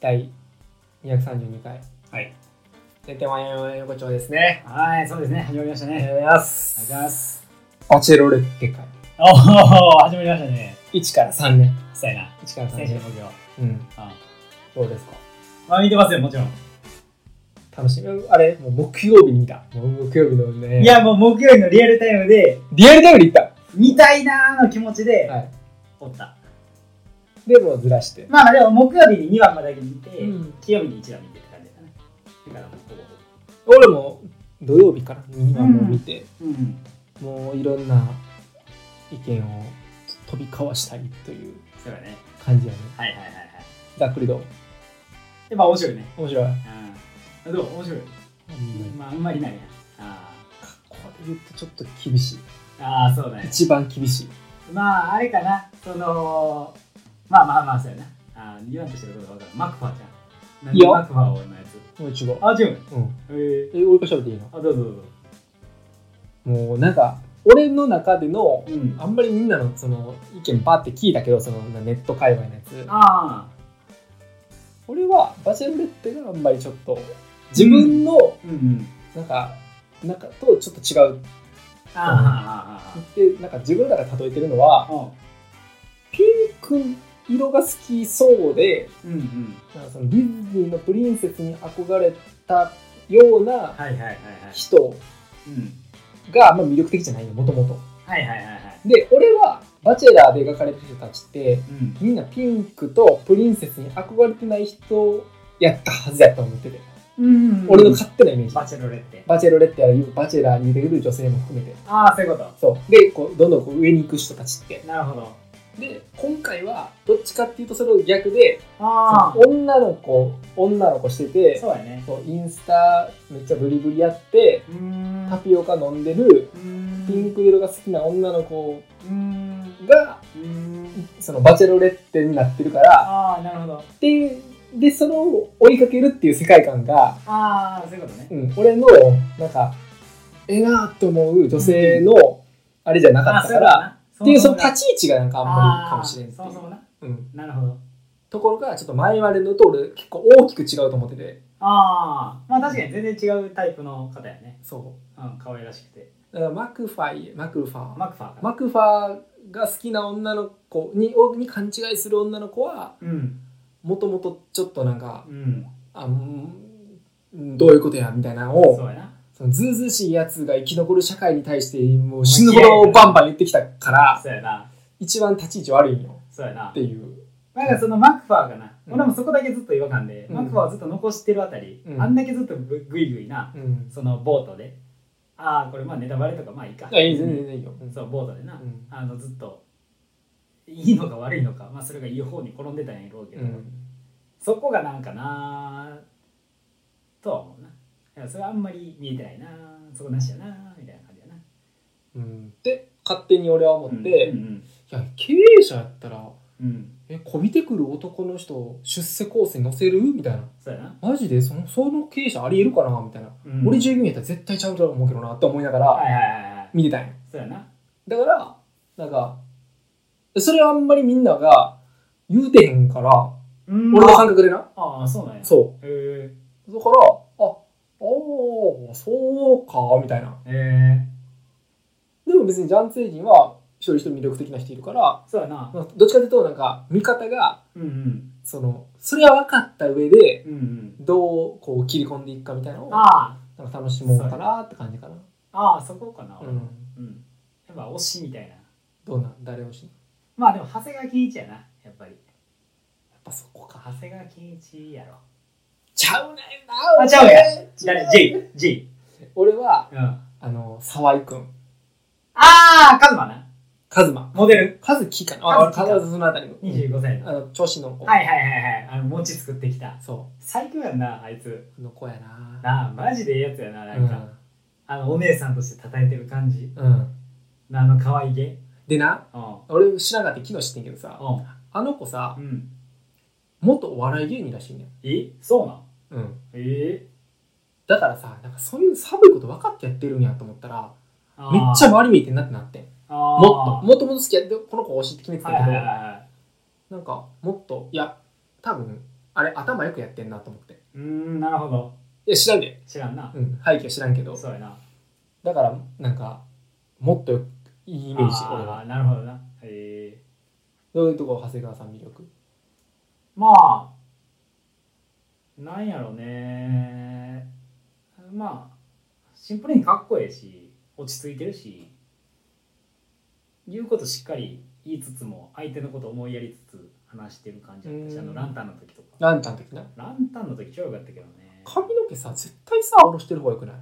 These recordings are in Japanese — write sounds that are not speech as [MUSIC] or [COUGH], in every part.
第232回はい。出てワインワイン横丁ですね。はい、そうですね。始まりましたありがね。とうございまあす。りがとうございます。オチェロレッテ会。おお、始まりましたね。 1から3ね。したいな。 1から選3ね手の。目標。うん。あどうですかまあ、見てますよ、もちろん。楽しみ。あれもう木曜日に見た。もう木曜日のね。い、や、もう木曜日のリアルタイムで、リアルタイムで行っ見たいなーの気持ちた。で、はい。おった。でもうずらして。まあまあ、でも木曜日に2話までだけ見て、うん金曜日に1話見てって感じだね。だからもうほぼほ俺も土曜日から今もう見て、ぼ。うん。もういろんな意見を飛び交わしたいというそうだね。感じやね。はいはいはいはい。ざっくりどうで、まあ、面白いね。面白い。うん。どう面白い。うんまあ、あんまりないな。あこれ言うとちょっと厳しい。ーあー、そうだね。一番厳しい。まああれかなそのまあまあまあそうやなあー言わんとしてることが分かるマクファーちゃんなんでいいよマクファーをのやつもう一度。あジュンうん。ええ、俺が喋っていいのー、あどうぞどうぞもうなんか、俺の中での、うんあんまりみんなのその意見ばって聞いたけど、そのネット界隈のやつ。あ俺は、バチェルレッテがあんまりちょっと、自分の、ーうんうんなんか、なんかとちょっと違うあーあーあーって、なんか自分らが例えてるのはあ、ーピンク色が好きそうで、うんうんなんかそのディズニーのプリンセスに憧れたようなはいはいはいはい人うんが、まあ、魅力的じゃないよ、もともと。はいはいはいはいで、俺は、バチェラーで描かれる人たちって、うんみんなピンクとプリンセスに憧れてない人やったはずやと思ってて、うんうんうん俺の勝手なイメージバチェロレってバチェロレッテやバチェラーに出てくる女性も含めてああそういうこそうでこうどんどんこう上に行く人たちってとなるほどで今回はどっちかっていうとそれを逆であその女の子女の子してあてそうやねそうインスタめっちゃブリブリやってうーんタピオカ飲んでるうピンーク色が好きな女の子んがうーんそのバチェロレッテになってるからああなるほどででそれを追いかけるっていう世界観がああそういうことねうん、俺のなんかええなと思う女性のあれじゃなかったから、あっていうその立立ち位置がなんかあんまりかもしれんってそいうもそもな。うん、なるほど。ところがちょっと前までのと俺結構大きく違うと思っててああ、まあ確かに全然違うタイプの方やね。そうん、可愛らしくて。うだからマクファイマクファーマクファーかな。マクファーが好きな女の子にをに勘違いする女の子はうん。もともとちょっとなんかうん。あうんうんどういうことやみたいなのをそうやな。そのずうずうしいやつが生き残る社会に対してもう死ぬほどバンバン言ってきたからそうやな。一番立ち位置悪いんよそうやなっ。ていう。なんかそのマクファーがな、うん俺もそこだけずっと違和感で、うんマクファーをずっと残してるあたり、うんあんだけずっとぐぐいぐいな、うん。そのボートで、ああ、これまあネタバレとかまあいいか。いや、いい、全然いいよ。うんそう、ボートでな、うんあのずっと、いいのか悪いのか、まあそれがいい方に転んでたんやろうけうど、ん。そこがなんかなぁとは思うな。いやそれはあんまり見えてないなぁそこなしやなぁみたいな感じやな。うん。で、勝手に俺は思って、うんいうんや、経営者やったら、うん、うんえ、こびてくる男の人を出世コースに乗せるみたいな。そうやな。マジでその、その経営者ありえるかなみたいな。うん俺従業員やったら絶対ちゃうと思うけどなって思いながはいらはいはいはい。見てたんや。そうやな。だから、なんか、それはあんまりみんなが言うてへんから、うん俺の感覚でな。ああ、そうなんや。そへう。だから、あ、おー、そうか、みたいな。え。へでも別にジャンツェイ人は一人一人魅力的な人いるから、ーそうやな。まあどっちかというとなんか見方がうんうん。そのそれは分かった上でうんうん。どうこう切り込んでいくかみたいなのをなあんか楽しもうかなって感じかな。あ、ああ、そこかな。う俺ん、うん。やっぱ推しみたいな。どうなん誰をしやまあでも、長谷川欽一やな。やっぱり。っぱそこか。長谷川欽一やろ。ちゃうねんな。あちゃうやん誰 ?J。J。俺はうん。ああの沢井くん、あ、カズマな。カズマ、モデル。カズキかな。あ、カズキかカズそのあたりの。 25歳の。あの調子の子。はいはいはいはいあの餅作ってきたそ最強やんなあいつうの子やな。なあマジでええやつやななんか、あのお姉さんとして叩いてる感じうん。うん。あの可愛げでな、うん俺知らなかった昨日知ってんけどさ、うあの子さんうん元お笑い芸人らしいねん。えそうなんうん。ええだからさなんかそういう寒いこと分かってやってるんやと思ったらあーめっちゃ周り見えてんなってなってんあーもっともともと好きやってこの子推しって決めてたはけいど、はいはいはいなんかもっといや多分あれ頭よくやってんなと思ってうーんなるほどいや知らんで、知らんなうん、背景は知らんけどそうやなだからなんかもっといいイメージ俺あはーなるほどなへえどういうとこ長谷川さん魅力まあなんやろねまあシンプルにかっこええし落ち着いてるし言うことしっかり言いつつも相手のこと思いやりつつ話してる感じだったしうあんのランタンの時とかランタン的なランタンの時超良かったけどね髪の毛さ絶対さ下ろしてる方がよくない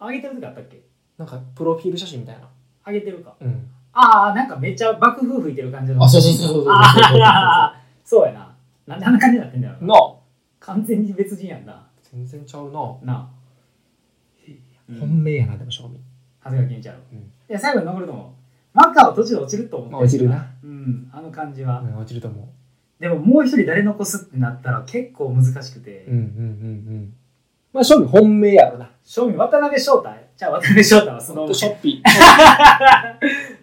上げてる時あったっけなんかプロフィール写真みたいな上げてるかうんああなんかめっちゃ爆風吹いてる感じのあそうそうそう [LAUGHS] そうそうそうああ [LAUGHS] そうやななんであんな感じになってんだよな [LAUGHS] なあ完全に別人やんな全然ちゃうな、なあ、うん、本命やなでも正味長谷川健一郎、うんいや最後に残ると思うマッカーは途中で落ちると思ってまあ落ちるな、うん、あの感じは、うん落ちると思でももう一人誰残すってなったら結構難しくて、ううんうんうんうんまあ正味本命やろな正味渡辺翔太じゃあ渡辺翔太はそのとショッピー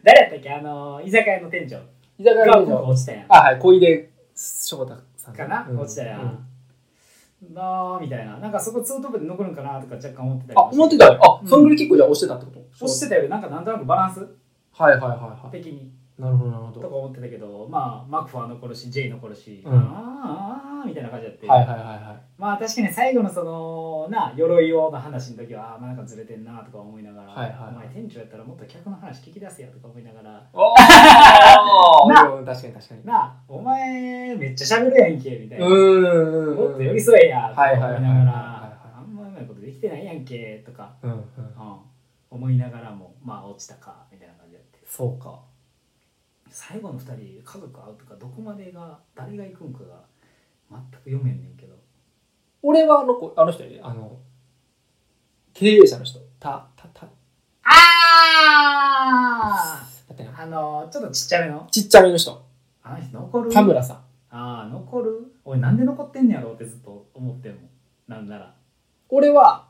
誰やったっけあの居酒屋の店長居酒屋がの僕落ちたやんあはい小出翔太さんかな、うん落ちたやん、うんなあみたいななんかそこツートップで残るんかなとか若干思ってたりあもして思ってたよあ、うんそんぐらい結構じゃあ押してたってこと落ちてたよりなんかなんとなくバランスはいはいはいは的にいなるほどなるほとどか思ってたけどまあマクファー残るし J 残るし、うんあーあーあーみたいな感じやって、はいはいはいはまあ確かに最後のそのな鎧をの話の時はあーまあなんかずれてんなとか思いながら、はいはいお前店長やったらもっと客の話聞き出せやとか思いながらいなおお確かに確かになあお前めっちゃ喋るやんけみたいな、うーんもっと寄り添えやとかはいはい思はいいはいながはいらあんまうまいことできてないやんけとか、うんうんうん、思いながらもまあ落ちたかみたいな感じやってそうか最後の2人家族会うとかどこまでが誰が行くんかが全く読めんねんけど俺はあの子あの人やであの経営者の人たたたあだってなあのちょっとちっちゃめのちっちゃめの人あの人残る田村さんああ残るおいなんで残ってんねやろうってずっと思ってんもんなんなら俺は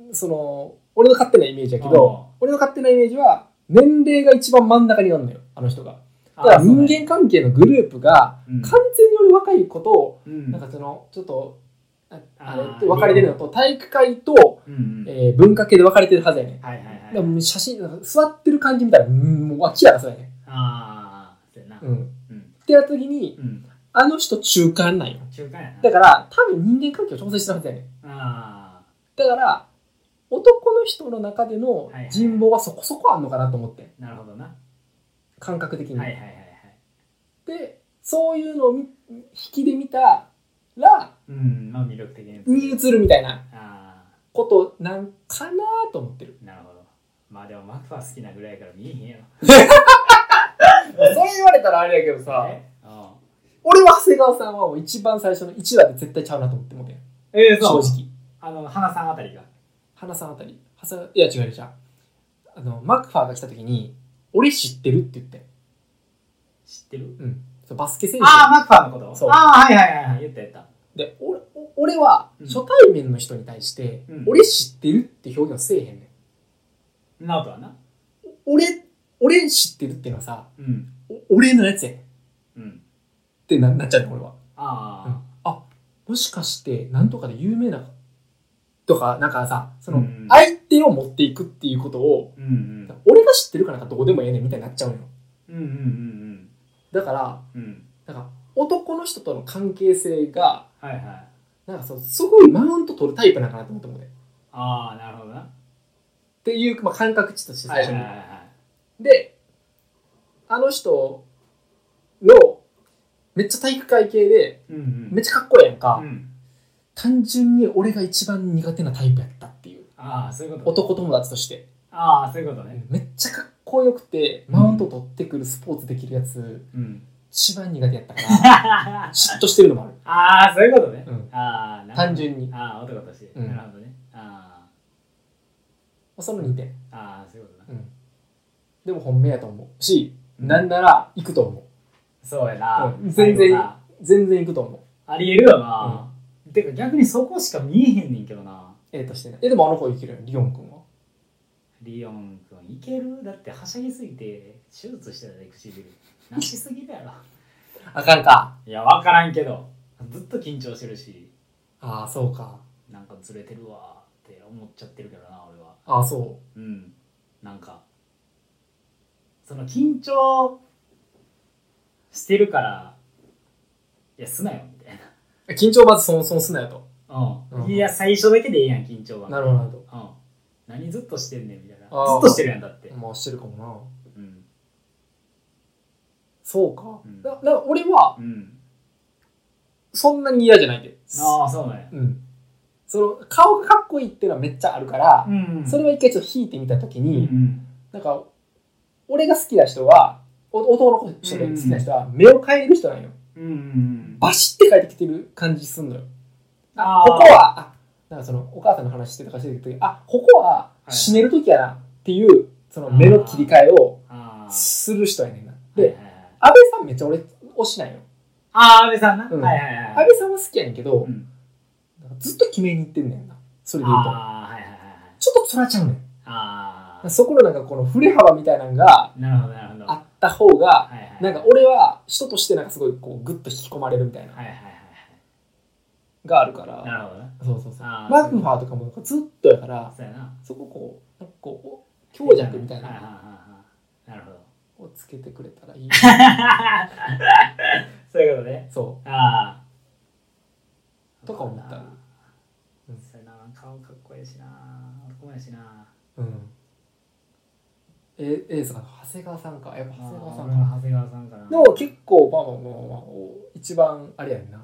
うんその俺の勝手なイメージやけどあ俺の勝手なイメージは年齢が一番真ん中にあるのよあの人がだあからそう人ね間関係のグループがうん完全に俺若いことをうんなんかそのちょっとああれあー分かれてるのと体育会と、うんうんえー文化系で分かれてるはずやねはいはいはいでもう写真なんか座ってる感じ見たらうんもう明らかそうやねああそうやなうんうんってやった時にうんあの人中間なんよ中間やなだから多分人間関係を調整してるはずやねあだから男の人の中での人望はそこそこあんのかなと思ってあなるほどなは感覚的いに、はいはいはいでそういうのを見引きで見たらうんまあ魅力的にに映るみたいなああことなんかなと思ってるなるほど。まあでもマクは好きなぐらいやから見えへんやろ。そう言われたらあれやけど [LAUGHS] えうん俺は長谷川さんはもう一番最初の1話で絶対ちゃうなと思ってもうてえ正正直。直あの、花さんあたりが。花さんあたり長谷川いや違う違う違うあのマクファーが来た時に「俺知ってる?」って言って、知ってるうん、そうバスケ選手ああ、マクファーのことそうああ、はいはいはいはい。言った言った。で俺お俺はうん初対面の人に対して「うん俺知ってる?」って表現はせえへんねナオトはな。ん俺俺知ってるっていうのはさうん。お俺のやつやんっうん。てななっちゃうねん俺は、あうんあ。あもしかしてなんとかで有名なとかなんかさその、うん相手を持っていくっていうことをうんうん。俺が知ってるからかどうでもええねんみたいになっちゃうのようんうんうんだからうん。うん。なんか男の人との関係性がはいはい。なんかそうすごいマウント取るタイプなんかなと思ってもねっああ、なるほどな。ていう、まあ、感覚値として最初に、はいはいはいはい。であの人のめっちゃ体育会系でうんうん。めっちゃかっこええやんか、うん。単純に俺が一番苦手なタイプやったっていうああ、そういうこと。。男友達としてああ、そういうことね。めっちゃかっこよくてマウント取ってくるスポーツできるやつうん。一番苦手やったから [LAUGHS] [LAUGHS] あ嫉妬してるのもあるあ、そういうことねうん。ああ、なるほど単純にああ、男として。うんなるほどね。あその2点、あ、ああ、そういうことな。うん、でも本命やと思うし、うんなんなら行くと思そうやな、うん全然最後なう全然行くと思うありえるよな、てか逆にそこしか見えへんねんけどなええとしてねえでもあの子いけるよリオン君はリオン君いけるだってはしゃぎすぎて手術してたで唇なしすぎるやろあかんかいや分からんけどずっと緊張してるしああそうかなんかずれてるわーって思っちゃってるけどな俺はああそうんなんかその緊張してるからいやすなよみたいう緊張まずそもそもすなよとな、うんうんいや最初だけでええやん緊張はなるほどなるほうん、何ずっとしてんねんみたいなずあーっとしてるやんだってどまあしてるかもなうんそうか、うんだだ俺はうんそんなに嫌じゃないでああそうなんやうんその顔がかっこいいっていうのはめっちゃあるから、んそれはは一回ちょっと引いてみたときうに、んなんか俺が好きな人はお男の人で好きな人は目を変える人なんよ、うんうんバシッて変えてきてる感じすんのよあーここはあなんかそのお母さんの話してたかしてた時あここは死ねる時やなっていうその目の切り替えをあーする人やねんなはいではいはい安倍さんめっちゃ俺推しなんよああ安倍さんな、うんはいはいはい安倍さんは好きやねんけど、うんなんかずっと決めに行ってんねんなそれで言うとああはいはいはいはいちょっとつらちゃうねんあそこのなんかこの振れ幅みたいなのがあなるほどなるほどあった方がはいはいなんか俺は人としてなんかすごいこうグッと引き込まれるみたいなはいはいはいがあるかはいならるほどなそうそうそうあーマグファーとかもずっとやからそうやなそここうなんかこう強弱みたいはははなはなるほど [LAUGHS] のをつけてくれたらいいそういうことねそああとか思ったうんそうやな顔かっこいいしな男やしなううんええそうか長谷川さんかやっぱ長谷川さんかあーな長谷川さんかなでも結構まあまあまあまあ一番あれやんな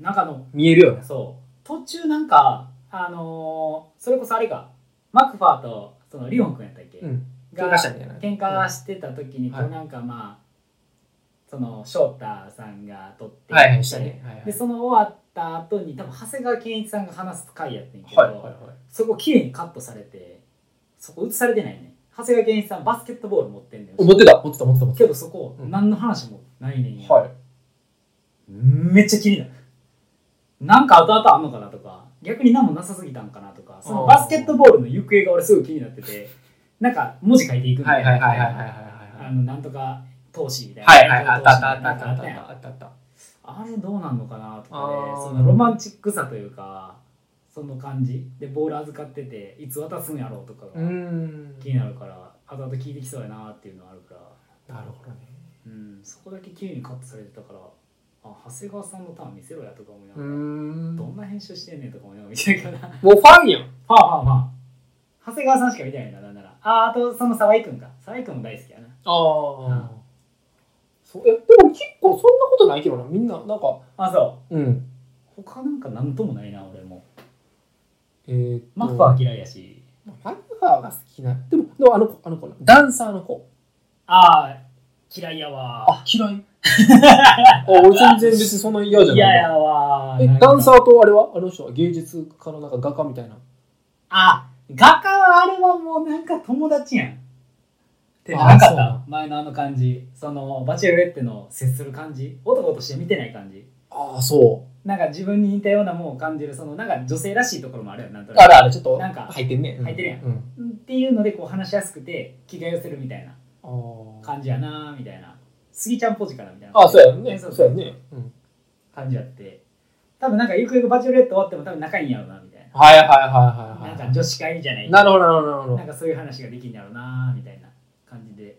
なんかの見えるよねそう途中なんかあのーそれこそあれかマクファーとそのリオン君やったっけ、うん喧が嘩したみたいな喧嘩してた時に、うんこうなんかまあその翔太さんが取ってはいはいしたねはいはいでその終わった後に多分長谷川健一さんが話す回やってんけど、はいはいはいそこ綺麗にカットされてそこ映されてないね長谷川健一さんバスケットボール持ってんねんお持ってた持ってた持ってた持ってけどそこ、うん何の話もないねんやたはいめっちゃ気になるなんか後々あんのかなとか逆に何もなさすぎたんかなとかそのバスケットボールの行方が俺すごい気になっててなんか文字書いていくみはたいいなはいはいはいはいあのなんとか投資みたいなはいはいはいあったあったあったあったあなんっかねたあったあったあれどうなんのかなとかあーねそのロマンチックさというかその感じでボール預かってていつ渡すんやろうとかうーがん気になるから後々聞いてきそうやなっていうのはあるから、なるほどねうん、そこだけ綺麗にカットされてたからあ長谷川さんのターン見せろやとか思いなうがーら。んどもんな編集してんねんとかもよ見てるから。はうファンやんあはあはあ。長谷川さんしか見てないな、なんなら。あー、あとその沢井くんか。沢井くんも大好きやな。ああ、うんそうえでも結構そんなことないけどなみんななんかあ、そうんう。他なんかなんともないな、俺も。えーっと、マッファー嫌いやし。マッハが好きなでもでもあの子あの子なダンサーの子ああ、嫌いやわあ嫌い [LAUGHS] あ俺全然別にそんな嫌じゃー。嫌ないやわー。えなんかダンサーとあれはあの人は芸術家のなんか画家みたいなあ、画家はあれはもうなんか友達やん。ってあーなかそっうなた前のあの感じ。その、バチェロレッテの接する感じ。男として見てない感じ。ああそなんか自分に似たようなもんを感じる、そのなんか女性らしいところもあるやん、なんとうなくあ。らあらちょっとなんか入ってんね入ってるやんうん、っていうのでこう話しやすくて気が寄せるみたいうなんあー感じやなーみたいなスギちゃんポジかなみたいなあそうやんねねそそううやんね、うん、感じやって多分なんかゆくゆくバチェロレット終わっても多分仲いいんやろうなみたいはいはいはいなはいなんはか女子会じゃないいなるほほどなるほどなるほどなんかそういう話ができんやろうなーみたいな感じで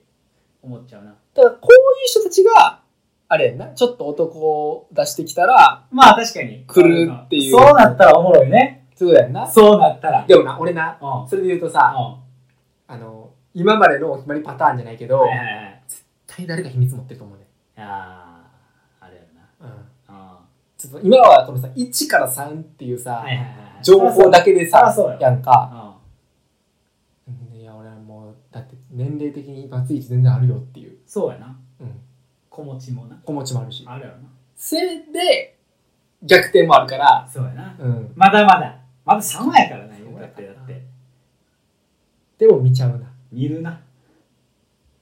思っちゃうなただこういう人たちがあれやんなちょっと男を出してきたらまあ確かに来るっていうそうなったらおもろいねそうだよなそうなったらでもな俺なうんうんそれで言うとさあの今までのお決まりパターンじゃないけど、はいはいはい絶対誰か秘密持ってると思うね、あーあれやろなうん、あちょっと今はこのさ1から3っていうさ、ーはいはいはい情報だけでさそりゃそうよやんうかんうんいや俺はもうだって年齢的にバツイチ全然あるよっていう、そうやなうん、子持ちもな子持ちもあるしあるやろなそれで逆転もあるから、そうやな。うん、まだまだ。まだ3話やからな、言うたってだって。でも見ちゃうな見るな。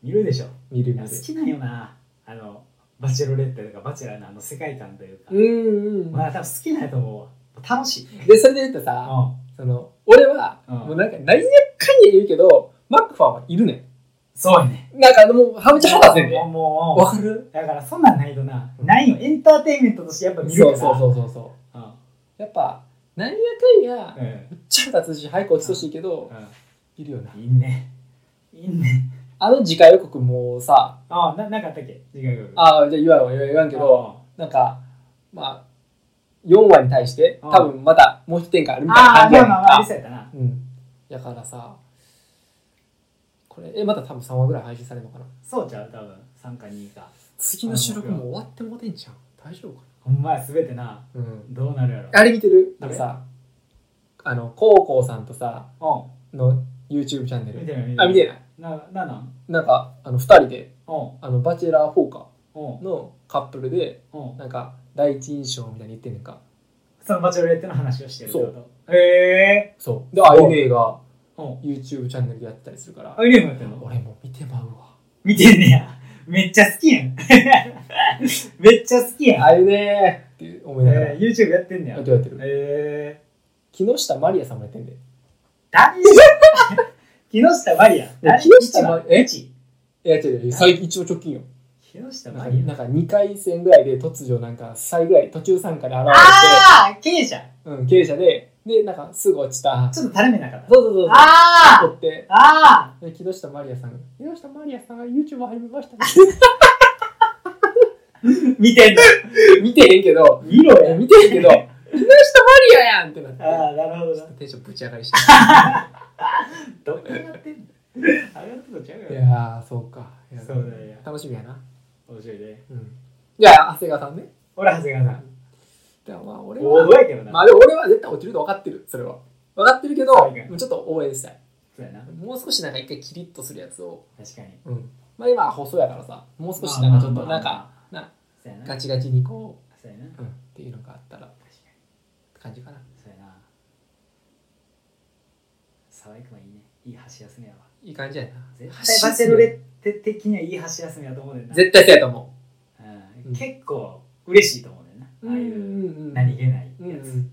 見るでしょ。見るい見やる好きなんよな。あの、バチェロレッテとかバチェラーのあの世界観というか。うんうん、まあ多分好きなんやと思うわ。楽しい。でそれで言うとうん。さ、はその俺はうんもうなんか何やかんや言うけどマックファンはいるねんそうやねなんかもうハムちゃん腹立つねんでもうもうわかるだからそんなんないとな、ないよエンターテインメントとしてやっぱ見るかそらうそうそうそうそううんやっぱ何やかんやうんめっちゃ腹立つし早く落ちてほしいけどいるよなうんいいねいいねあの次回予告もさああななんかあったっけ違うああじゃあ言わんわ言わん言わんけどなんかまあ4話に対してうん多分またもう一展開あるみたいなああ感じまやねあんまあまあありかそうやったなうんだからさこれえまた多分3話ぐらい配信されるのかなそうちゃう多分3か2か次の収録も終わってもうてんじゃん大丈夫かほんまや全てななうんどうなるやろあれ見てるなどんれかさあのコウコウさんとさうの YouTube チャンネん見ルてる見てるあ見てないなななんなんかあの2人でうんあのバチェラー4かうんのカップルでうんなんか第一印象みたいに言ってんねんかそのバチェロレッテの話をしてるってことへえそうであゆねがうん YouTube チャンネルでやってたりするからあユニフォームやってんの俺も見てまうわ見てんねやめっちゃ好きやん [LAUGHS] めっちゃ好きやん、あゆねーって思いながらえー、YouTube やってんねややってるやってるえー、木下まりやさんもやってんで誰木下マリア誰木下ま一番え一いや違う違う最近一応直近よ木下なんマかリなアんか2回戦ぐらいで突如なんか最ぐらい途中参加で現れてああ経営者うん、経営者で、で、なんかすぐ落ちた。ちょっと垂れ目なかったそうそうそうそう。あ撮って、ああで木下まりやさんが、木下まりやさんが YouTube 始めましたね。ー見てんの見てへんけど、見ろえや見てへんけ [LAUGHS] ど、木下まりややんってなって、ああなるほどなテンションぶち上がりした。どこ上がってんの上がってんのちゃういよやー、そうか。いやそうだよ楽しみやな。面白いねうん。じゃあ、長谷川さんね。俺長谷川さんでもまあ、俺大は、声やけどな、まあでも俺は絶対落ちると分かってる、それは。分かってるけど、そうやねもうちょっと応援したい。そうやなもう少しなんか一回キリッとするやつを、確かにうん。まあ今は細やからさ、もう少しなんかちょっと、なまあまあまあんか、な、そうやなガチガチにこう、そうやなうん、っていうのがあったらっ確かにて感じかなそうやな沢井君はいいねいい箸休めやわいい感じやな絶対バチェロレッテ的にはいい箸休めやと思うねんな絶対そうやと思ううんん結構嬉しいと思うねんなうああいううん何気ないうんうやつん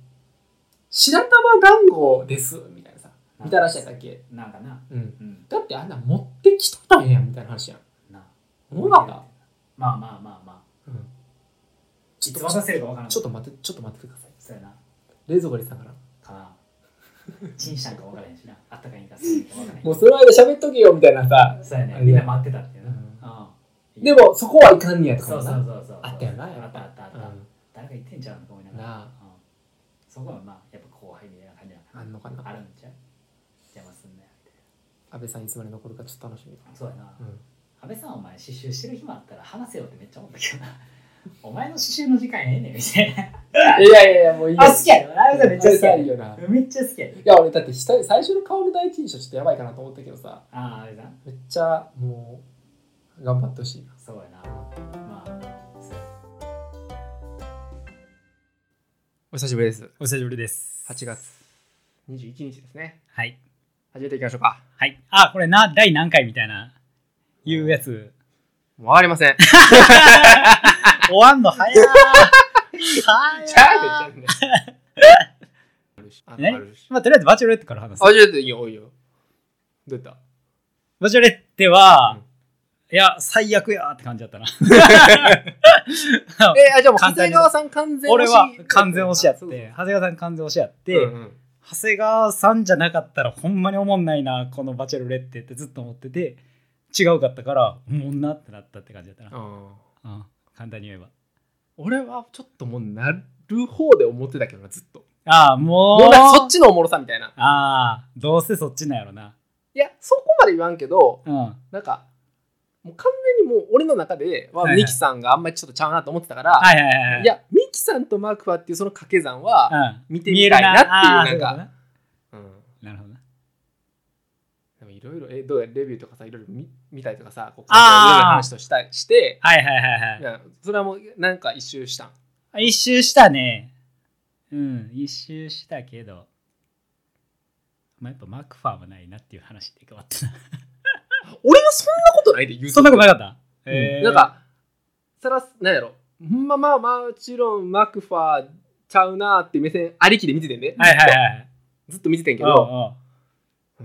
白玉団子ですみたいなさうんみたらしやったっけなんかなうんうんだってあんなん持ってきとったらええやんみたいな話やんな思わなかっまあまあまあまたうんあちいょつっ渡とせるかわからんちょっと待ってちょっと待ってくださいそうやな冷蔵庫にさからかなチンしたんかわからへんしなあったかいんかするかわからへんもうその間喋っとけよみたいなさそうやねあれみんな待ってたっていうなうんうんでもそこはいかんねやとかそもうなそうそうそうあったよなあやっったぱあったあったうん誰か言ってんちゃうのか思いながらなあうんそこはまあやっぱ後輩みたいな感じなのかあんのかなあなるんちゃう邪魔すんなよみたい安倍さんいつまで残るかちょっと楽しみなそうやなうん安倍さんお前刺繍してる暇あったら話せよってめっちゃ思ったけどな [LAUGHS] お前の刺繍の時間ええねんみたいないやいやいやもういいよあ好きやろ安倍さん [LAUGHS] めっちゃ好きやいよなろめっちゃ好きやろいや俺だって最最初の顔の第一印象ちょっとやばいかなと思ったけどさああ安倍さんめっちゃもう頑張ってほしいなそうやなまあそうお久しぶりですお久しぶりです8月21日ですねはい始めていきましょうかはいあこれな第何回みたいないうやつもうわかりません終わんの早ー早ちゃうでちゃうであるしあねあるし [LAUGHS] まあ、とりあえずバチェロレッテから話すあ。ちょっといいよいいよどうやっバチェロレッテは、うんいや、最悪やーって感じだったな。たえあじゃあもう簡長単谷に川さん完全俺は完全押しやっそうそうて、長谷川さん完全押しやって、うんうん長谷川さんじゃなかったらほんまに思んないな、このバチェロレッテってずっと思ってて、違うかったから、おもんなってなったって感じだったな。あーうん、簡単に言えば。俺はちょっともうなる方で思ってたけどなずっとああ、もう。もうなんかそっちのおもろさみたいなああ、どうせそっちなんやろな。いやそこまで言わんけどうん。なんかもう完全にもう俺の中でははいはいミキさんがあんまりちょっとちゃうなと思ってたから、はいはいはいはい。い、やミキさんとマークはっていうその掛け算は、うん、見てみたいなっていう見えるなあうあそいこんとななるほどな。でもいろいろえどうやレビューとかさいろいろ見見たりとかさこういあーろいろ話としたしてはいはいはいはいい。やそれはもうなんか一周したん一周したね。うん、一周したけど。まあ、やっぱマクファーはないなっていう話で変わったな。俺はそんなことないで言うそんなことなかった、うんえーなんかそれはなんやろほんままあもちろんマクファーちゃうなーって目線ありきで見ててんね、はいはいはい。ずっと見ててんけおうど、おう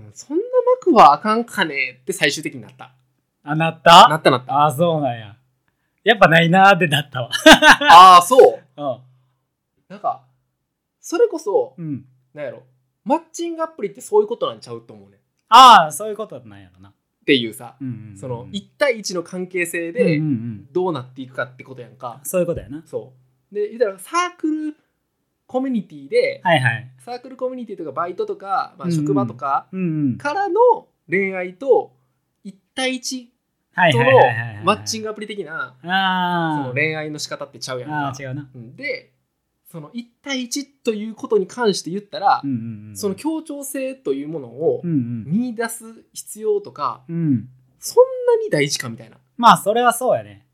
うんそんなマクファーあかんかねーって最終的になったあ、なったなったなった。あ、そうなんや。やっぱないなーってなったわ。ああ、そう。うんなんか、それこそ、うん。なんやろ、マッチングアプリってそういうことなんちゃうと思うねん。っああ、そういうことなんやろな。ていうさ、うんうんうんその、1対1の関係性うでんうんうんどうなっていくかってことやんか。そういうことやな。そう。で、言ったらサークルコミュニティで、はいはい。サークルコミュニティとかバイトとか、まうあ、んうん職場とかうんうん。からの恋愛と1対1はいとはいのはいはいはい。マッチングアプリ的なそああ。の恋愛の仕方ってちゃうやんあかあ、。違うな。うんでその1対1ということに関して言ったらうん、うんうん。その協調性というものをうんうん。見出す必要とか、うん。そんなに大事かみたいなっまあ、それはそうやね。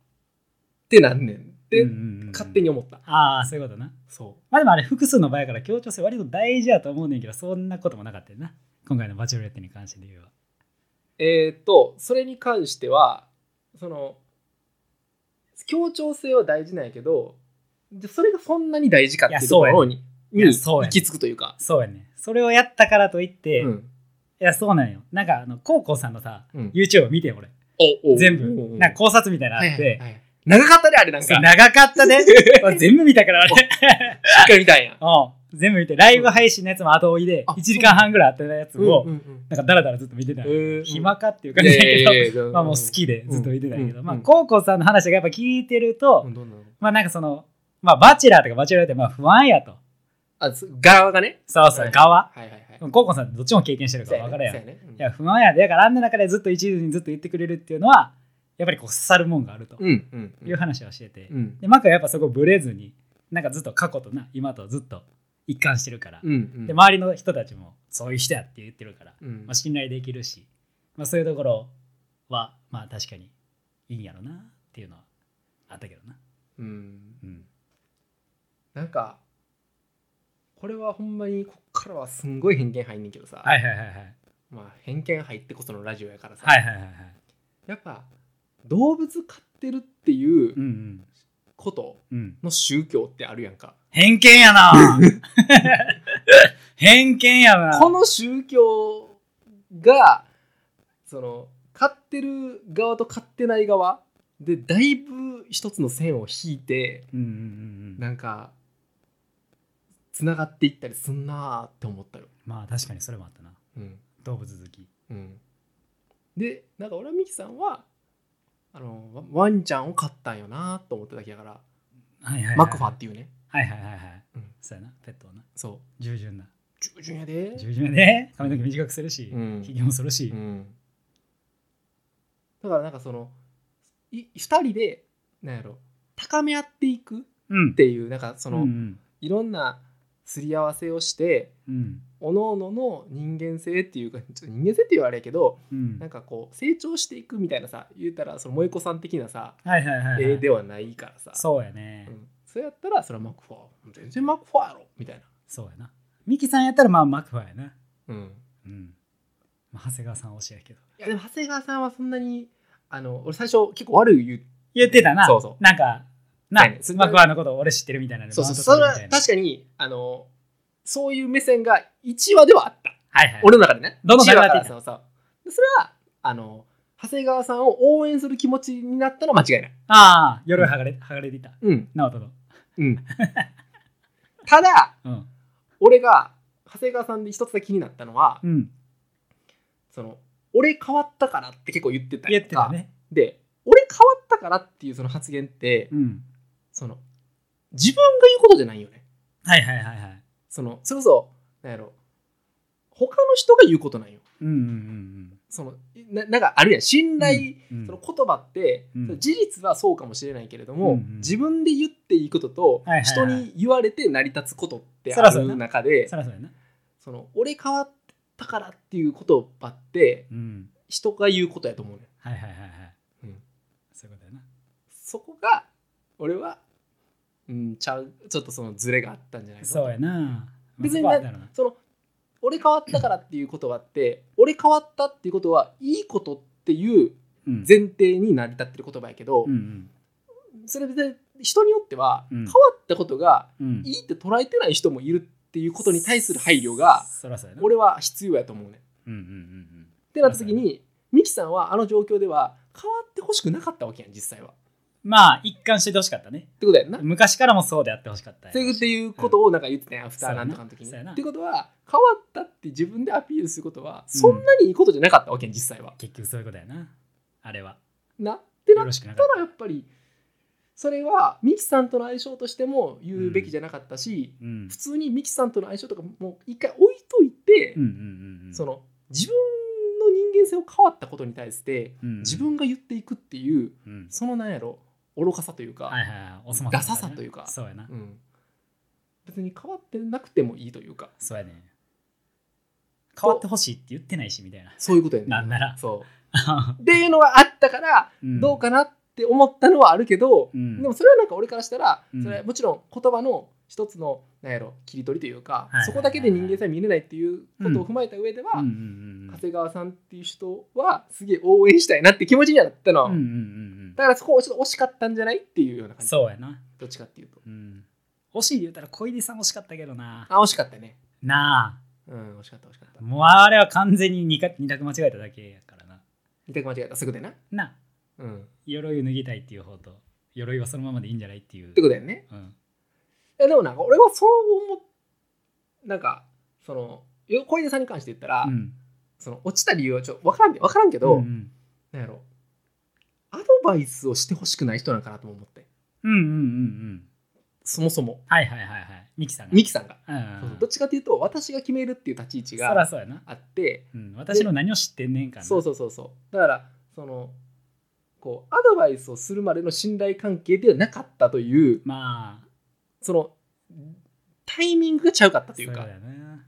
てなんねんって、うんうんうん勝手に。思った。ああ、そういうことな。そまあでもあれ、複数の場合やから協調性割と大事やと思うねんけど、そんなこともなかったよな。今回のバチェロレッテに関してで言えば。うえーっとそれに関してはその協調性は大事なんやけどじゃそれがそんなに大事かっていうところにいやにそうやね行き着くというか。そうやね。それをやったからといって、ういんや、そうなんよ。なんか、あの、コウコウさんのさ、うん YouTube 見てよ、俺。おお全おうお部。うなんか考察みたいなのはいあっはて、いはい長かったねあれなんかそう長かったね。俺 [LAUGHS] 全部見たから、あれ。しっかり見たんや。うん全部見て、ライブ配信のやつも後追いで、あ1時間半ぐらいあったやつをうん、うんうんなんかダラダラずっと見てたのへーうん暇かっていう感じだけど、まあもう好きでずっと見てたんやけうんど、うんまあ、コウコウさんの話がやっぱ聞いてると、どんなのまあなんかその、まあ、バチェラーとかバチェラーってまあ不安やと。あそ側がねそうそう、はい側。はいはいコはウいコウさんどっちも経験してるそかうらやね分かるやん。いそうやねうんや、不安やで。だからあんな中でずっと一途にずっと言ってくれるっていうのは、やっぱりこう刺さるもんがあるとうんうんいう話をしててう。んで、マクはやっぱそこブレずに、なんかずっと過去とな、今とずっと一貫してるから。うんうんで、周りの人たちもそういう人やって言ってるから、うんまあ、信頼できるし、まあ、そういうところは、まあ確かにいいんやろなっていうのはあったけどな。うんうん。なんかこれはほんまにこっからはすんごい偏見入んねんけどさ、はいはいはいはい。まあ、偏見入ってこそのラジオやからさ、はいはいはいはい。やっぱ動物飼ってるっていううんうん。ことうん、の宗教ってあるやんか、偏見やな [LAUGHS] 偏見やなこの宗教がその飼ってる側と飼ってない側でだいぶ一つの線を引いてうんうんうんうなんんかつながっていったりすんなーって思ったよ。まあ確かにそれもあったなうん動物好きうん、でなんか俺はミキさんはあのワワンちゃんを飼ったんよなーと思っただけやからはいはいはいマクファっていうねはいはいはいはい、うんそうやなペットはなそう従順な従順やで従順やね髪の毛短くするし、うんひげもするし、うん、だからなんかそのい2人でなんやろ高め合っていくっうんていうなんかそその、うんいろんなすり合わせをしてうん各々の人間性っていうかちょっと人間性って言われやけどうんなんかこう成長していくみたいなさ言うたらその萌子さん的なさはいはいはい、はい絵ではないからさそうやね、うんそれやったらそれはマクファー全然マクファーやろみたいな、そうやなミキさんやったらまあマクファーやなうん、うん、まあ、長谷川さん推しやけどいやでも長谷川さんはそんなにあの俺最初結構悪い言う言ってたなそうそうなんかな、ねマクファーのこと俺知ってるみたいなのでそうそう、バそれーンはと撮るみたいな確かに、あの、そういう目線が1話ではあった。はいはい俺の中でね。どの1中話でからそうそう。それは、あの、長谷川さんを応援する気持ちになったのは間違いない。ああ、鎧剥がれ、剥がれていた。うん。なおとの。うん。 [LAUGHS] ただ、うん。俺が、長谷川さんで一つだけ気になったのは、うん。その、俺変わったからって結構言ってたり言とっかてたね。で、俺変わったからっていうその発言って、うん。その、自分が言うことじゃないよね。はいはいはいはい。その、それこそ、なんやろ、他の人が言うことなんよ。うんうんうんそのななんかあるやん信頼、うん。うんその言葉って、うんその事実はそうかもしれないけれども、うんうん自分で言っていいことと、はいはいはい人に言われて成り立つことってそらあそうやるな中でそそらそうやな。の俺変わったからっていう言葉ってうん。人が言うことやと思うねんはいはいはいはい。うんそういうことやな。そこが俺は、うん、ちゃうちょっとそのズレがあったんじゃないのそうやな。別になまあそこはあったやろなその俺変わったからっていう言葉って俺変わったっていうことはいいことっていううん前提に成り立ってる言葉やけど、うんうんそれで人によってはうん変わったことがうんいいって捉えてない人もいるっていうことに対する配慮がそらそうやな。俺は必要やと思うねん。っうんうんうんうん。てなった時にミキさんはあの状況では変わってほしくなかったわけやん実際は。っまあ一貫しててほしかったねてことやんな。昔からもそうであってほしかったっていうことをなんか言ってたやん、アフターなんとかの時に。そうやなってことは変わったって自分でアピールすることはそんなにいいことじゃなかったわけやん実際は。結局そういうことやなあれはなってなよっろしくなたかっらやっぱりそれはミキさんとの相性としても言うべきじゃなかったし、たうん普通にミキさんとの相性とかもう一回置いといて、うんうんうんその自分の人間性を変わったことに対してうん自分が言っていくっていううんそのなんやろ愚かさというか、はいはいはいお粗末なダサさというかそうやなうん、別に変わってなくてもいいというかそうやね変わってほしいって言ってないしみたいなそういうことやねなんならそうっていうのはあったからどうかなって思ったのはあるけど、うんでもそれはなんか俺からしたら、うんそれはもちろん言葉の一つのなんやろ切り取りというか、いはいはいそこだけで人間性は見れないっていうことを踏まえた上では、うんうんうん長谷川さんっていう人はすげえ応援したいなって気持ちにはなったの、うんうんうんだからそこをちょっと惜しかったんじゃないっていうようなうん感じそうやなどっちかっていうとうん惜しいで言うたら小出さん惜しかったけどなあ惜しかったねなうん惜しかった惜しかったあもうあれは完全に二択二択間違えただけやからな二択間違えたすぐでななあうんっ鎧を脱ぎたいっていう方と鎧はそのままでいいんじゃないっていうてことだよねうんいやでもなんか俺はそう思っなんかそのよ小出さんに関して言ったら、うんその落ちた理由はちょっと分からんで分からんけど、うんうんなんやろアドバイスをしてほしくない人なのかなとも思ってうんうんうんそもそもはいはいはいはいミキさんがミキさんが、うんうんそううそんうどっちかというと私が決めるっていう立ち位置そらがそうやなあってうん私の何を知ってんねんかなそうそうそうそうだからそのこうアドバイスをするまでの信頼関係ではなかったというまあそのタイミングがちゃうかったというそかうだよな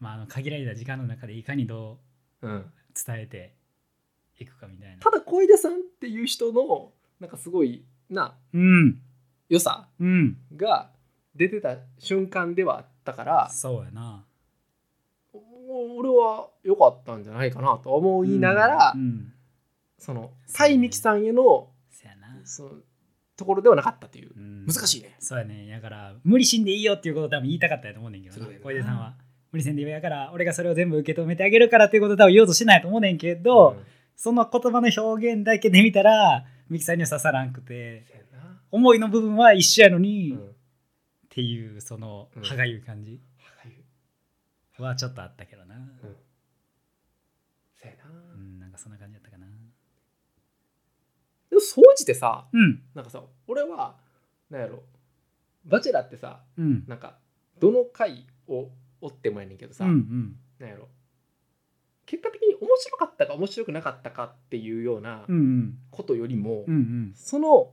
まああの限られた時間の中でいかにどうん、う伝えていくかみたいなただ小出さんっていう人のなんかすごいなうん良さうんが出てた瞬間ではあったからそうやなもう俺は良かったんじゃないかなと思いながら、うんうんそのそうね対美樹さんへのそうやなそのところではなかったという、難難しいねそうやねだから無理しんでいいよっていうことを多分言いたかったと思うねんけどなそうだよな小出さんは無理せんでいいよやから俺がそれを全部受け止めてあげるからっていうことを多分言おうとしないと思うねんけど、んその言葉の表現だけで見たらミキさんには刺さらんくてせやな思いの部分は一緒やのうに、っんていうそのうん歯がゆい感じ歯がゆいはちょっとあったけどな、うんせやなうん、なんかそんな感じだったかなうでも総じてさんなんかさ俺はなんやろバチェラーってさうんなんかどの回を追ってもやねんけどさ、うんうんなんやろ結果的に面白かったか面白くなかったかっていうようなうんうんことよりも、うんうんその、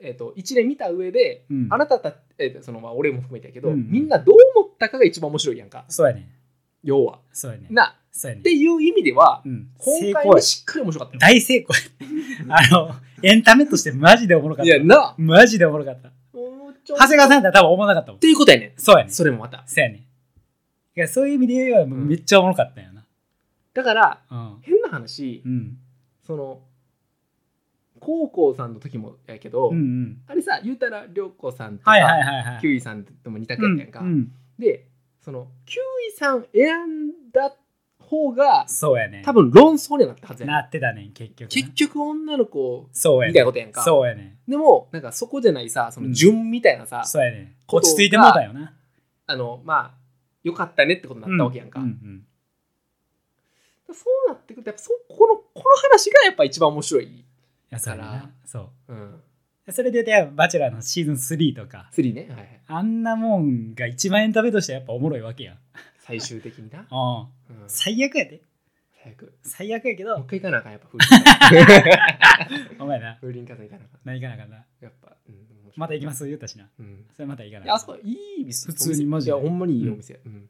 えっと一年見た上でうんあなたたち、えーそのまあ、俺も含めてやけど、うんみんなどう思ったかが一番面白いやんかそうやね要は。そうやねなそうやねっていう意味では、うん、成今回功はやしっかり面白かったよ大成功あのエンタメとしてマジでおもろかっいやたなマジでおもろかったもうちょっと長谷川さんだったら多分思わなかったもっんていうことやねそうやねんそそれもまたうやねいやそういう意味で言えばもうめっちゃおもろかったよなだからうん変な話、うんその高校さんの時もやけど、うんうんあれさ言うたら涼子さんとか、はいはいはいはいキュウイさんとも似たうくんやんか、うんでそのキュウイさん選んだ方がそうやね多分論争にはなったはずやねんなってたねん結局な結局女の子そうやみたいなねことやんかそうやねでもなんかそこじゃないさそうんの順みたいなさ、そうやねことが落ち着いてもうたよなあのまあよかったねってことになったわけやんか、うんうんそうなってくるとやっぱそこのこの話がやっぱ一番面白い、いやそうやねんだかなそうん、うそれで言うとバチェラーのシーズン3とか3ね、はいはい、あんなもんが一番エンタメとしてやっぱおもろいわけやん、最終的にな [LAUGHS] うんうん、最悪やで早く最悪やけもうど一回行かなあかんやっぱ風林火山 [LAUGHS] お前な風林火山行かなあかん何行かなあかんなやっぱ、うん、、また行きますす言ったしなうん、それまた行かなあいかんやあそこいい店普通にマジでいやほんまにいいお店、うん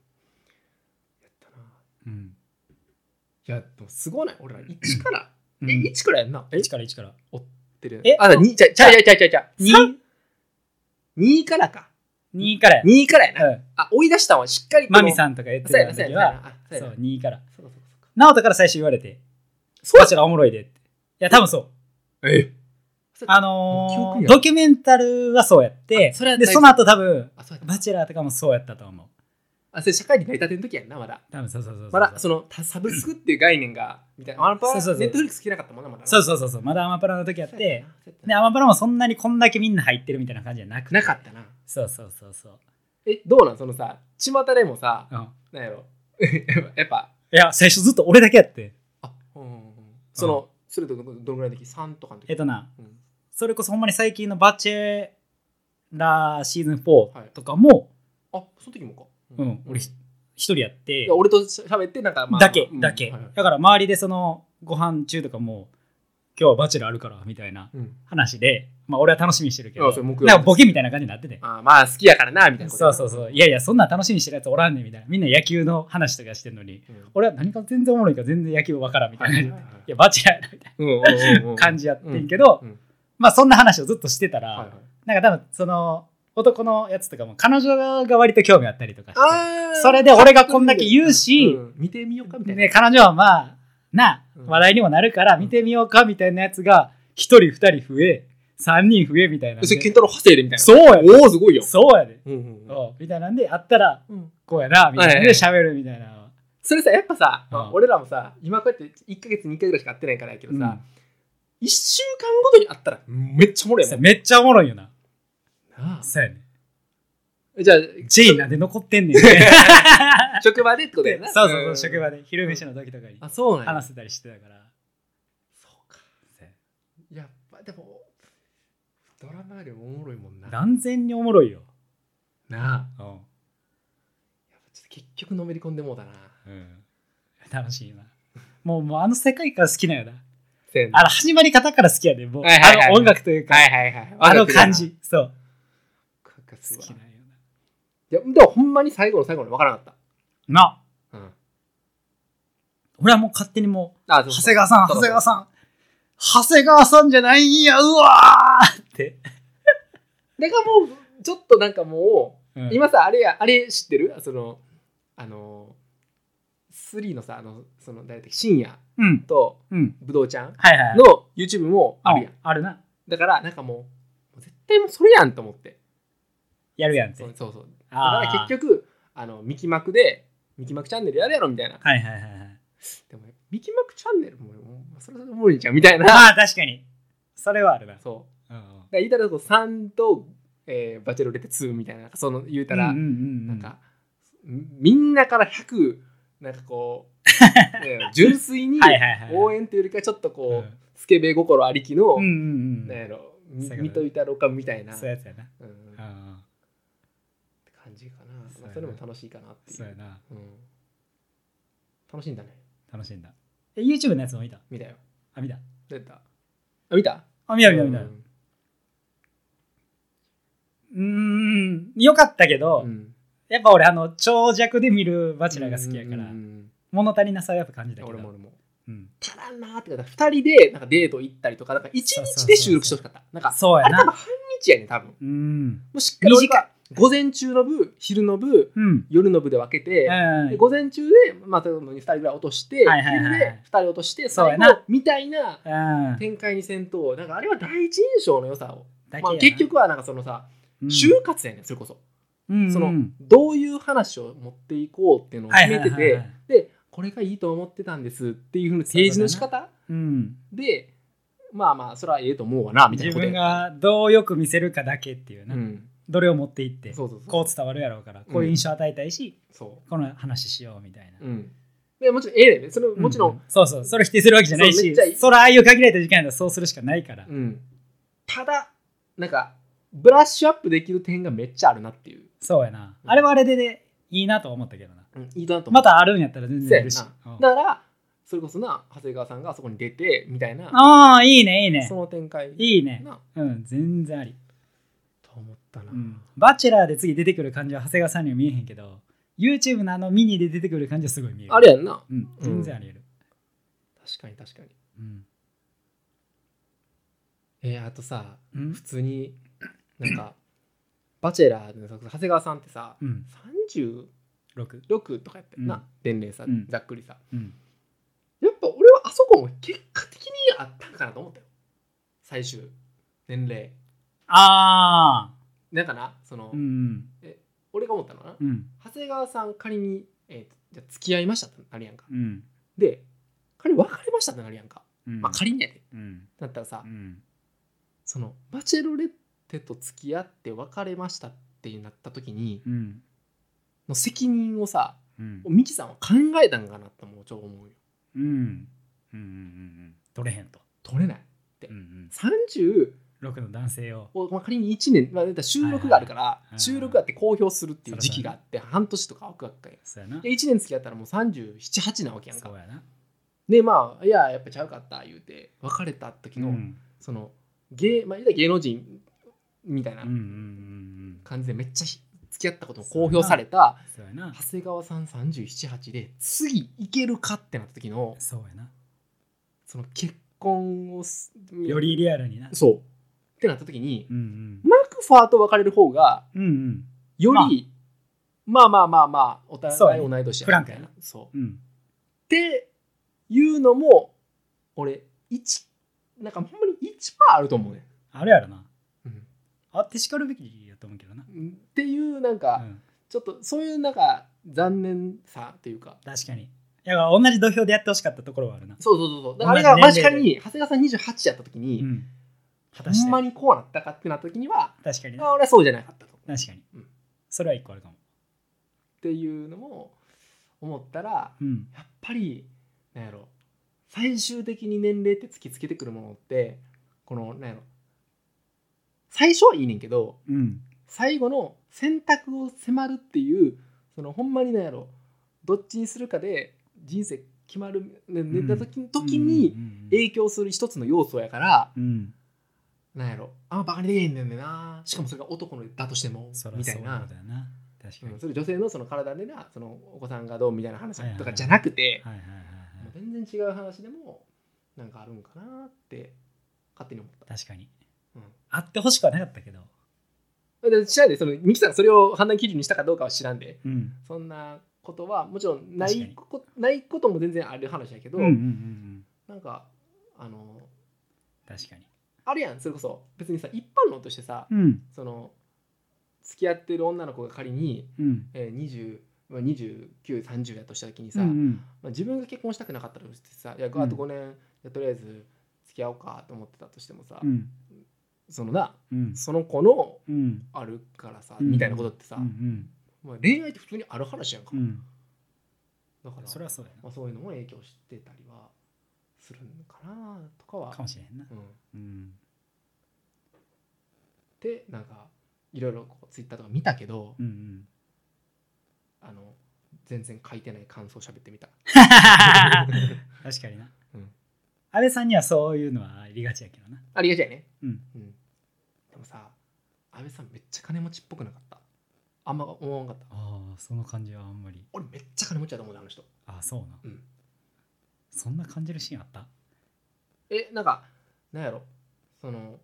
やったなうんいやでもすごない俺ら1から、うえん1からやんなえ1から1からってるえあだ2ちゃちゃちゃちゃちゃちゃ2 2からか二からや2からやなうんあ追い出したんはしっかりとマミさんとか言ってそうたやなそう時やはなそうやそなあう2からそうやなそうかそうか直人から最初言われてそうバやチェラーおもろいでっていや多分そうえあのもう記憶ーやドキュメンタルはそうやってあそれはで大事その後多分あそうやったバチェラーとかもそうやったと思うあそれ社会に成り立ての時やんなまだ多分そうそうそうそうまだそのたサブスクっていう概念がみたいなあのそうそうそうネットフリックス聞けなかったもんなまだなそうそうそうそうまだアマプラの時やっそうやてなそうやったでアマプラもそんなにこんだけみんな入ってるみたいな感じじゃなくてなかったなそうそうそうそう、えどうなんそのさ巷でもさうん、なんやろ [LAUGHS] やっぱいや最初ずっと俺だけやってあうんうんうんそのそれとどどのぐらいの時3とかの時えっとなうんそれこそほんまに最近のバチェラーシーズン4とかも、あその時もかうん俺い一人やってや俺と喋ってなんかまあだけ、うんだけ、はいはいだから周りでそのご飯中とかも今日はバチェラーあるからみたいなうん話でまあ俺は楽しみにしてるけどあそれ木曜日なんかボケみたいな感じになっててあまあ好きやからなみたいなそうそううそういやいやそんなん楽しみにしてるやつおらんねんみたいなみんな野球の話とかしてんのに俺は何か全然おもろいから全然野球わからんみたいな、いやバチェラーやなみたいな感じじやってんけど、うんうんまあそんな話をずっとしてたら、はいはいなんか多分その男のやつとかも彼女が割と興味あったりとかしてあーそれで俺がこんだけ言うしん見てみようかみたいな、ね、彼女はまあなうん話題にもなるから見てみようかみたいなやつが1人2人増え3人増えみたいなんでそれ健太郎派生でみたいなそうやでおおすごいよ、そうやでうんうんうんおうみたいなんであったらうんこうやなみたいなんで喋るみたいなそれさやっぱさ、うん俺らもさ今こうやって1か月に1回ぐらいしか会ってないからやけどうんさ、一1週間ごとに会ったらめっちゃおもろいそもうんめっちゃおもろいよななそうやねあじゃあ J なんで残って [LAUGHS] んねんそ職場でってことやなうそうそう職場でで昼飯の時とかにあそうなんや話せたりしてたからそうかそうややっぱでもドラマよりもおもろいもんなな断然におもろいよあうんやっぱちょっと結局のめり込んでもうだなうん楽しいなもうもうあの世界観好きなんよなせやなあの始まり方から好きやねもうはいはいはいあの音楽というかはいはいはいあの感じそうわかる好わきなんよいやでもほんまに最後の最後まで分からなかっななた、うん、俺はもう勝手にもあう長谷川さんそうそう長谷川さん長谷川さんじゃないんやうわーって、だからもうちょっとなんかもう、今さあれやあれ知ってるそのあの3のさあのその誰だっけ深夜うんとうんぶどうちゃんはいはいの YouTube もああるやん、あるなだからなんかもう絶対もうそれやんと思ってやるやんってそうそうそうだあーから結局あのミキマクでミキマクチャンネルやるやろみたいなはいはいはいはいでもミキマクチャンネルももうそれそれおもろいんちゃうみたいなああ確かに [LAUGHS] それはあるなそううんうんだから言うたらこう3と、えーバチェロレッテ2みたいななんかその言うたら、うんうんうんなんかみんなから100なんかこ [LAUGHS] う、ね純粋にはいはいはい応援というよりかちょっとこう、うんスケベ心ありきの、うんうんうんなんやろみそうやな見といたろかみたいな、そういうやつやなうんってうんうん感じかな、そうまあ、やなそれも楽しいかなってそいううやなうん、楽しいんだね楽しんだえ YouTube のやつも見た見たよあ見たどうやったあ見たあ見た見た見たううんーんよかったけど、うんやっぱ俺あの長尺で見るバチェラーが好きやから、うんうん物足りなさはやっぱ感じうたんけど俺も俺もうん、たらんなーってか2人でなんかデート行ったりとかなんか1日で収録してほしかったなんかそうやあれ多分な半日やね多分もうんうしっかり俺が午前中の部昼の部うん夜の部で分けて、うんで午前中で、まあ、例えば2人ぐらい落として、はいはいはい昼で2人落としてそう最や後なみたいなうん展開にせんとなんかあれは第一印象の良さを、だけやまなあ、結局はなんかそのさうん就活やねんそれこそ、うんそのうんどういう話を持っていこうっていうのをはい決はめいはていはいてでこれがいいと思ってたんですっていうふうな提示の仕方うんでまあまあそれはええと思うわなみたい自なことや分がどうよく見せるかだけっていうな、うんどれを持っていってそうそうそうこう伝わるやろうからこういう印象与えたいし、そこの話しようみたいな、ううんでもちろんええねんねそれもちろ、うんそうそうそれ否定するわけじゃないそうめしっちゃいいそれああいう限られた時間だそうするしかないから、うんただなんかブラッシュアップできる点がめっちゃあるなっていう、そうやな、うんあれはあれで、ね、いいなとは思ったけどなうん、いいなと思まうたあるんやったら全然いるしそううんだからそれこそな長谷川さんがあそこに出てみたいなああいいねいいねその展開いいねなうん全然あり、と思ったな、うん、バチェラーで次出てくる感じは長谷川さんには見えへんけど YouTube のあのミニで出てくる感じはすごい見えるあれやんなうん全然ありえる、確かに確かにうんえー、あとさうん普通になんかバチェラーの長谷川さんってさうん、 36 6とかやったよな、うん年齢さ、うんざっくりさうんやっぱ俺はあそこも結果的にあったんかなと思ったよ最終年齢ああなんかなその、うん俺が思ったのはなうん長谷川さん仮に、えーとじゃあ付き合いましたってなるやんかうんで仮に別れましたってなるやんか、うんまあ仮にやでうんだったらさ、うんそのバチェロレッテと付き合って別れましたってなった時にうんの責任をさうんミキさんは考えたんかなってもうちょっと思うようんうんうんうん取れへんと、取れないうんうん、 30 6の男性をを、まあ、仮に1年、まあ、言ったら収録があるから、いはい収録があって公表するっていう時期があって半年とかわくわくかやそうやなで1年付き合ったらもう378なわけやんかそうやなでまあいややっぱちゃうかった言うて別れた時の、うんその芸,、まあ、言うたら芸能人みたいなうんうんうんうん感じでめっちゃひ付き合ったことも公表されたそうやな長谷川さん378で次いけるかってなった時のそうやなその結婚をすよりリアルになそうってなった時に、うんマクファーと別れる方がうんうんより、まあ、まあまあまあおそうや互いね同い年フやラみンクたやいななそううんうんっていうのも俺一なんかほんまに1パーあると思うね、あれやろなうんあってしかるべきやと思うけどな、っていうなんうか、ん、ちょっとそういうなんか残念さというか確かにいや同じ土俵でやってほしかったところはあるな、そうそうそうそうだからあれが同マじジ年カ齢ルに長谷川さん28やった時に、うん、果たしほてんまにこうなったかってなった時には確かになあ俺はそうじゃなかったとっ確かに、うんそれは一個あるかも、ていうのも思ったらうん、やっぱりなんやろ最終的に年齢って突きつけてくるものってこのなんやろ最初はいいねんけどうん最後の選択を迫るっていうそのほんまになんやろどっちにするかで人生決まる、ね、寝た時,、時に影響する一つの要素やから、うんうんなんやろあんまバカにできへんねんなしかもそれが男のだとしてもそりゃみたそういななこ。とやな確かうに、ん、それ女性のその体でなそのお子さんがどうみたいな話はいはいとかじゃなくて、はいはいはいもはう全然違う話でもなんかあるんかなって勝手に思っい確かに、うんあってほしくはなかったけど、たで知らんでそのミキさんがそれを判断基準にしたかどうかは知らんでうん、そんなことはもちろんな確かいにこないことも全然ある話やけど、うんうんうんうんなんかあの確かにあるやんそれこそ別にさ一般論としてさうんその付き合ってる女の子が仮に、うんえー、20まあ2930やとした時にさ、うんうんまあ、自分が結婚したくなかったらさいやあとうん5年、じゃあとりあえず付き合おうかと思ってたとしてもさ、うんそのなうんその子のうんあるからさ、うんみたいなことってさ、うんまあ、恋愛って普通にある話やんか、うんだからそれはそうやまあ、そういうのも影響してたりはするのかなとかはなかもしれへんなうん、うんでなんかいろいろツイッターとか見たけど、うんうんあの全然書いてない感想喋ってみ [LAUGHS] た、確かにな、うん安倍さんにはそういうのはありがちやけどなありがちやねうん、でもさ安倍さんめっちゃ金持ちっぽくなかったあんま思わんかったああその感じはあんまり俺めっちゃ金持ちだと思うであの人ああそうな、うんそんな感じるシーンあったえなんかなんやろその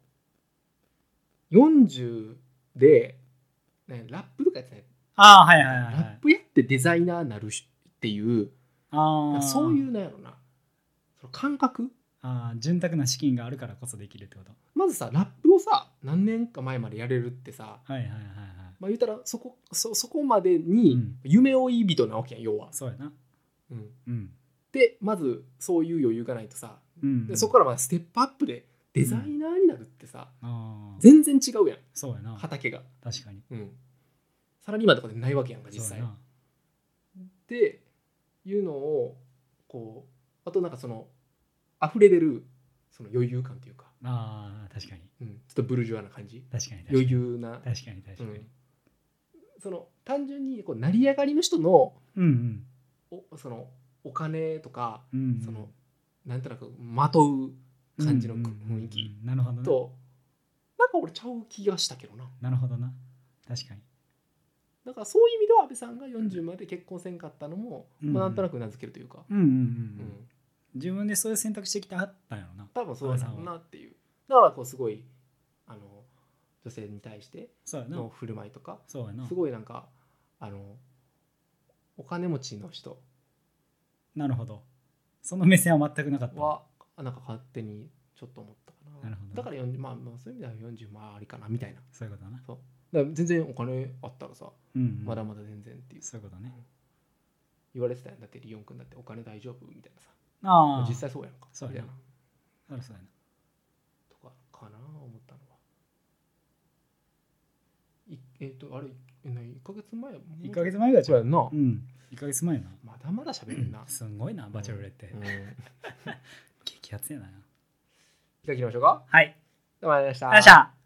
40で、ね、ラップとかやってたねああはいはいはいはラッいプやってデザイナーなるしっていうああそういううなんやろなその感覚ああ潤沢な資金があるからこそできるってことまずさラップをさ何年か前までやれるってさはいはいはいはいまあ言うたらそこそそこまでうにん夢追い人なわけやん要は、そうやなうんうんでまずそういう余裕がないとさうんでそこからまあステップアップでデザイナーになるってさ、ああ全然違うやんそうやな畑が、確かにうん、サラリーマンとかでないわけやんか実そう際やなっていうのをこうあとなんかその溢れ出るその余裕感というか、ああ確かにうん、ちょっとブルジョアな感じ確かに確かに余裕な、確かに確うかにん、その単純にこう成り上がりの人のうんうんおそのお金とかうんうんそのなんとなくまとう感じのうんうんうん雰囲気なるほどなとなんか俺ちゃう気がしたけどななるほどな確かにだからそういう意味では安倍さんが40まで結婚せんかったのも、うんまあ、なんとなく名付けるというか、うんうんうんううんん、自分でそういう選択してきてはったんやろな多分そうだろうなっていうだからこうすごいあの女性に対してそうやなの振る舞いとかそうやなすごいなんかあのお金持ちの人なるほどその目線は全くなかったはなんか勝手にちょっと思ったかななるほだどから40、まあ、まあそういう意味では40もありかなみたいなそういうことだなそうだから全然お金あったらさうんまだまだ全然っていうそういうことね言われてたやんだってリオン君だってお金大丈夫みたいなさああ実際そうやんかそうみやなたいなあらそうやなとかかな思ったのはいえっ、とあれえ何1か月前1ヶか月前ぐらいそうやんな、うん1か月前やなまだまだ喋るな、すんごいなバチェロレってうん激アツやなじゃあ切りましょうかはいどうもありがとうございましたよっしゃ